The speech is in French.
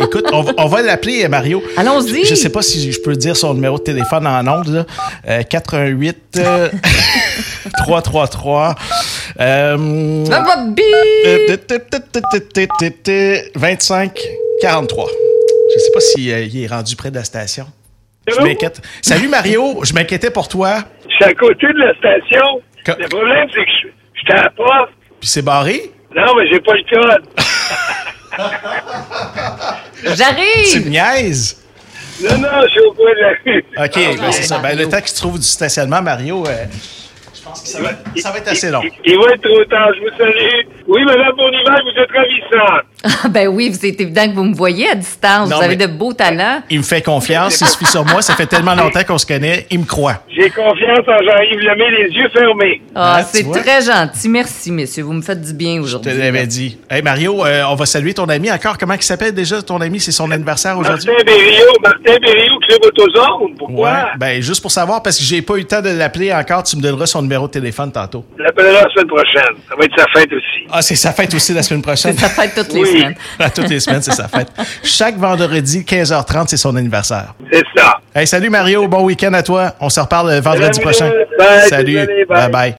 Écoute, on, va- on va l'appeler euh, Mario. Allons-y. Je, je sais pas si je peux dire son numéro de téléphone en ondes. là. Euh, 88 euh, 333 euh, Bop, bop, bip. euh, 25 43. Je sais pas s'il si, euh, il est rendu près de la station. Je Allô? m'inquiète. Salut Mario, je m'inquiétais pour toi. Je suis à côté de la station. Que- Le problème, c'est que je j'étais à la prof. Puis c'est barré. Non, mais j'ai pas le code. euh, Tu J'arrive. me niaises. Non, non, je suis au coin de la rue. Ah, OK, ben, c'est ça. Ben, le temps qu'il se trouve du stationnement, Mario, euh, je pense que ça va, ça va être assez long. Il, il va être trop tard, je vous salue. Oui, madame Bournival, vous êtes ravissante. Ah, ben oui, vous- c'est évident que vous me voyez à distance. Non, vous avez mais- de beaux talents. Il me fait confiance, il se fie sur moi, ça fait tellement longtemps qu'on se connaît, il me croit. J'ai confiance en Jean-Yves Lemay, les yeux fermés. Ah, Ah, tu c'est vois. très gentil. Merci, messieurs. Vous me faites du bien Je te aujourd'hui. l'avais dit. Hey Mario, euh, on va saluer ton ami encore. Comment il s'appelle déjà ton ami? C'est son anniversaire aujourd'hui? Martin Berriot, Martin Berriot, Club Autozone. Pourquoi? Ouais, ben juste pour savoir, parce que j'ai pas eu le temps de l'appeler encore, tu me donneras son numéro de téléphone tantôt. Je l'appellera la semaine prochaine. Ça va être sa fête aussi. Ah, c'est sa fête aussi la semaine prochaine. Ça fait toutes les Oui. semaines. À toutes les semaines, c'est sa fête. Chaque vendredi, 15h30, c'est son anniversaire. C'est ça. Hey, salut Mario, bon week-end à toi. On se reparle euh, vendredi Salut, prochain. bye, salut, désolé, bye bye. bye.